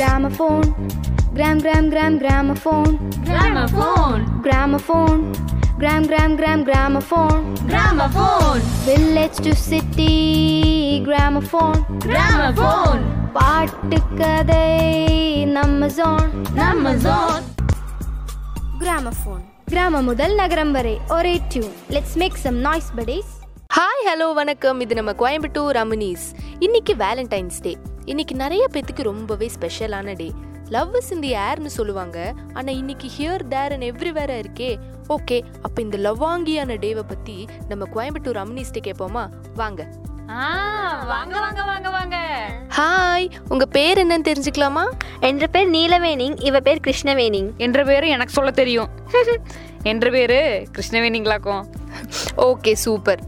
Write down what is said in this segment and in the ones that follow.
gramophone gram gram gram gramophone gramophone gramophone gram gram gram gramophone gramophone village to city gramophone gramophone பாட்டுக்கதை நம்ம zone நம்ம zone gramophone கிராமம் முதல் நகரம் வரை ஒரே tune let's make some noise buddies hi hello வணக்கம் இது நம்ம கோயம்புத்தூர் அமுனிஸ் இன்னைக்கு வேலண்டைன்ஸ் டே இன்னைக்கு நிறைய பேத்துக்கு ரொம்பவே ஸ்பெஷலான day love is in the ஏர்னு சொல்லுவாங்க ஆனால் இன்னைக்கு ஹியர் தேர் அண்ட் எவ்ரிவேரா இருக்கே ஓகே அப்போ இந்த லவ்வாங்கியான டேவை பற்றி நம்ம கோயம்புத்தூர் அமுனிஸ்ட்டு கேட்போமா வாங்க வாங்க வாங்க வாங்க வாங்க ஹாய் உங்கள் பேர் என்னன்னு தெரிஞ்சுக்கலாமா என்ற பேர் நீலவேணிங் இவ பேர் கிருஷ்ணவேணிங் என்ற பேரு எனக்கு சொல்ல தெரியும் என்ற பேரு கிருஷ்ணவேணிங்களாக்கும் ஓகே சூப்பர்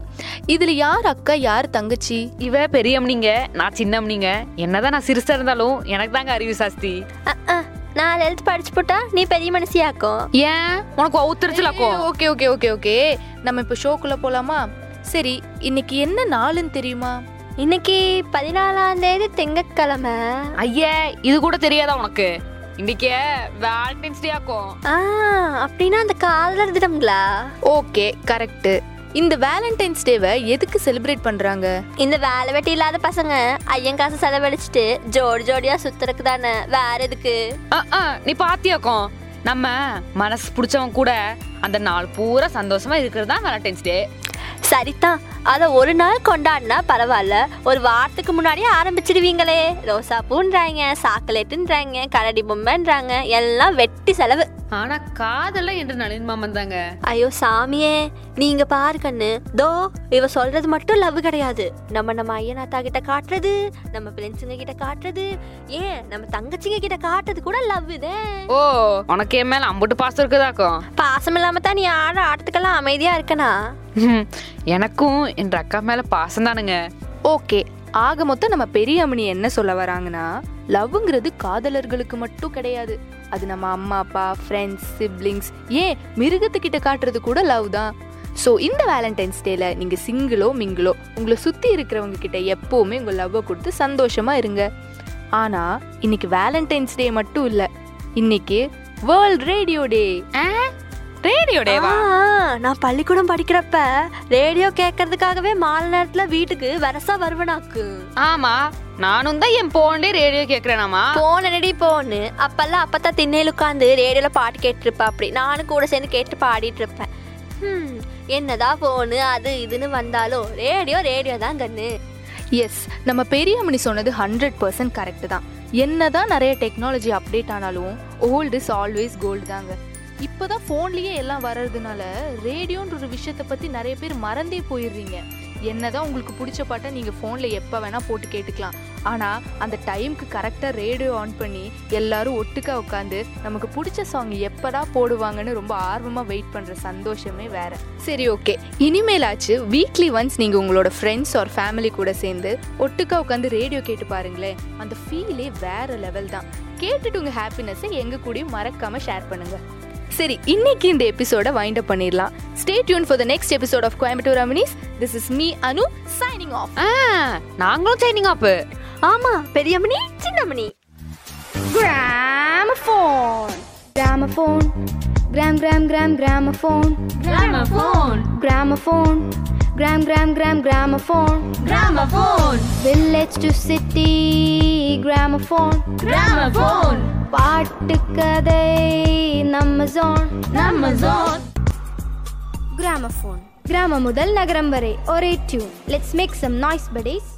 இதில் யார் அக்கா யார் தங்கச்சி இவ பெரியம்னிங்க நான் சின்னம்னிங்க என்னதான் நான் சிறுசா இருந்தாலும் எனக்கு தாங்க அறிவு சாஸ்தி அ, அ, நான் லெல்த் படிச்சு போட்டா நீ பெரிய மனுஷியாக்கும் ஏன் உனக்கு ஒத்துருச்சுலாக்கும் ஓகே ஓகே ஓகே ஓகே நம்ம இப்போ ஷோக்குள்ளே போகலாமா சரி இன்னைக்கு என்ன நாளுன்னு தெரியுமா இன்னைக்கு பதினாலாம் தேதி திங்கக்கிழமை ஐயே இது கூட தெரியாதா உனக்கு இன்னைக்கே வேலண்டைன்ஸ் டே ஆக்கும் ஆ அப்படின்னா அந்த காதலர் தினம்களா ஓகே கரெக்ட் இந்த வேலண்டைன்ஸ் டேவை எதுக்கு செலிப்ரேட் பண்றாங்க இந்த வேலை வெட்டி இல்லாத பசங்க ஐயன் காசு செலவழிச்சிட்டு ஜோடி ஜோடியா சுத்துறதுக்கு தானே வேற எதுக்கு அஹ், அஹ், நீ பாத்தியாக்கும் நம்ம மனசு பிடிச்சவங்க கூட அந்த நாள் பூரா சந்தோஷமா இருக்கிறது தான் வேலண்டைன்ஸ் டே சரிதான் அதை ஒரு நாள் கொண்டாடினா பரவாயில்ல ஒரு வாரத்துக்கு முன்னாடியே ஆரம்பிச்சிடுவீங்களே ரோசா பூன்றாங்க சாக்லேட்டுன்றாங்க கரடி பொம்மைன்றாங்க எல்லாம் வெட்டி செலவு ஆனா காதெல்லாம் என்று நளின் மாமன் தாங்க ஐயோ சாமியே நீங்க பாரு கண்ணு தோ இவ சொல்றது மட்டும் லவ் கிடையாது நம்ம நம்ம ஐயனாத்தா கிட்ட காட்டுறது நம்ம ஃப்ரெண்ட்ஸுங்க கிட்ட காட்டுறது ஏன் நம்ம தங்கச்சிங்க கிட்ட காட்டுறது கூட லவ் இதே ஓ உனக்கு என் மேல அம்புட்டு பாசம் இருக்குதாக்கும் பாசம் இல்லாம தான் நீ ஆட ஆட்டத்துக்கெல்லாம் அமைதியா இருக்கனா ம், எனக்கும் என் அக்கா மேல பாசம் தானுங்க ஓகே ஆக மொத்தம் நம்ம பெரிய அம்மணி என்ன சொல்ல வராங்கன்னா லவ்ங்கிறது காதலர்களுக்கு மட்டும் கிடையாது அது நம்ம அம்மா அப்பா ஃப்ரெண்ட்ஸ் சிப்ளிங்ஸ் ஏன் மிருகத்துக்கிட்ட காட்டுறது கூட லவ் தான் ஸோ இந்த வேலண்டைன்ஸ் டேல நீங்க சிங்கிளோ மிங்கிளோ உங்களை சுத்தி இருக்கிறவங்க கிட்ட எப்பவுமே உங்க லவ்வை கொடுத்து சந்தோஷமா இருங்க ஆனா இன்னைக்கு வேலண்டைன்ஸ் டே மட்டும் இல்ல இன்னைக்கு வேர்ல்ட் ரேடியோ டே ரேடியோ ஆ, நான் பள்ளிக்கூடம் படிக்கிறப்ப ரேடியோ கேட்கறதுக்காகவே மாலை நேரத்துல வீட்டுக்கு வரசா வருவனாக்கு ஆமா நானும் தான் என் போன்டே ரேடியோ கேக்குறேனாமா போன நடி போன்னு அப்பெல்லாம் அப்பத்தான் திண்ணையில் உட்காந்து ரேடியோல பாட்டு கேட்டிருப்பா அப்படி நானும் கூட சேர்ந்து கேட்டு பாடிட்டு இருப்பேன் ஹம், என்னதான் போனு அது இதுன்னு வந்தாலும் ரேடியோ ரேடியோ தான் கண்ணு எஸ் நம்ம பெரியமணி சொன்னது ஹண்ட்ரட் பர்சன்ட் கரெக்ட் தான் என்னதான் நிறைய டெக்னாலஜி அப்டேட் ஆனாலும் ஓல்டு இஸ் ஆல்வேஸ் கோல்டு தாங்க இப்போதான் ஃபோன்லேயே எல்லாம் வர்றதுனால ரேடியோன்ற ஒரு விஷயத்தை பற்றி நிறைய பேர் மறந்தே போயிடுறீங்க என்னதான் உங்களுக்கு பிடிச்ச பாட்டை நீங்கள் ஃபோனில் எப்போ வேணால் போட்டு கேட்டுக்கலாம் ஆனால் அந்த டைம்க்கு கரெக்டாக ரேடியோ ஆன் பண்ணி எல்லாரும் ஒட்டுக்கா உட்காந்து நமக்கு பிடிச்ச சாங் எப்படா போடுவாங்கன்னு ரொம்ப ஆர்வமாக வெயிட் பண்ணுற சந்தோஷமே வேற சரி ஓகே இனிமேலாச்சு வீக்லி ஒன்ஸ் நீங்கள் உங்களோட ஃப்ரெண்ட்ஸ் ஆர் ஃபேமிலி கூட சேர்ந்து ஒட்டுக்கா உட்காந்து ரேடியோ கேட்டு பாருங்களேன் அந்த ஃபீலே வேற லெவல் தான் கேட்டுட்டு உங்கள் ஹாப்பினஸை எங்கள் கூடயும் மறக்காமல் ஷேர் பண்ணுங்க சரி இன்னைக்கு இந்த எபிசோட வைண்ட் அப் பண்ணிடலாம் stay tune for the next episode of Coimbatore அமினிஸ் this is me Anu signing off நாங்களும் சைனிங் ஆப் ஆமா Periyamani Chinnamani gramophone gramophone gram gram gram gramophone gramophone gramophone gram gram gram gramophone gramophone village to city gramophone gramophone பாட்டுக்கதை நம்ம zone நம்ம zone கிராமம் முதல் நகரம் வரை ஒரே tune let's make some noise படேஸ்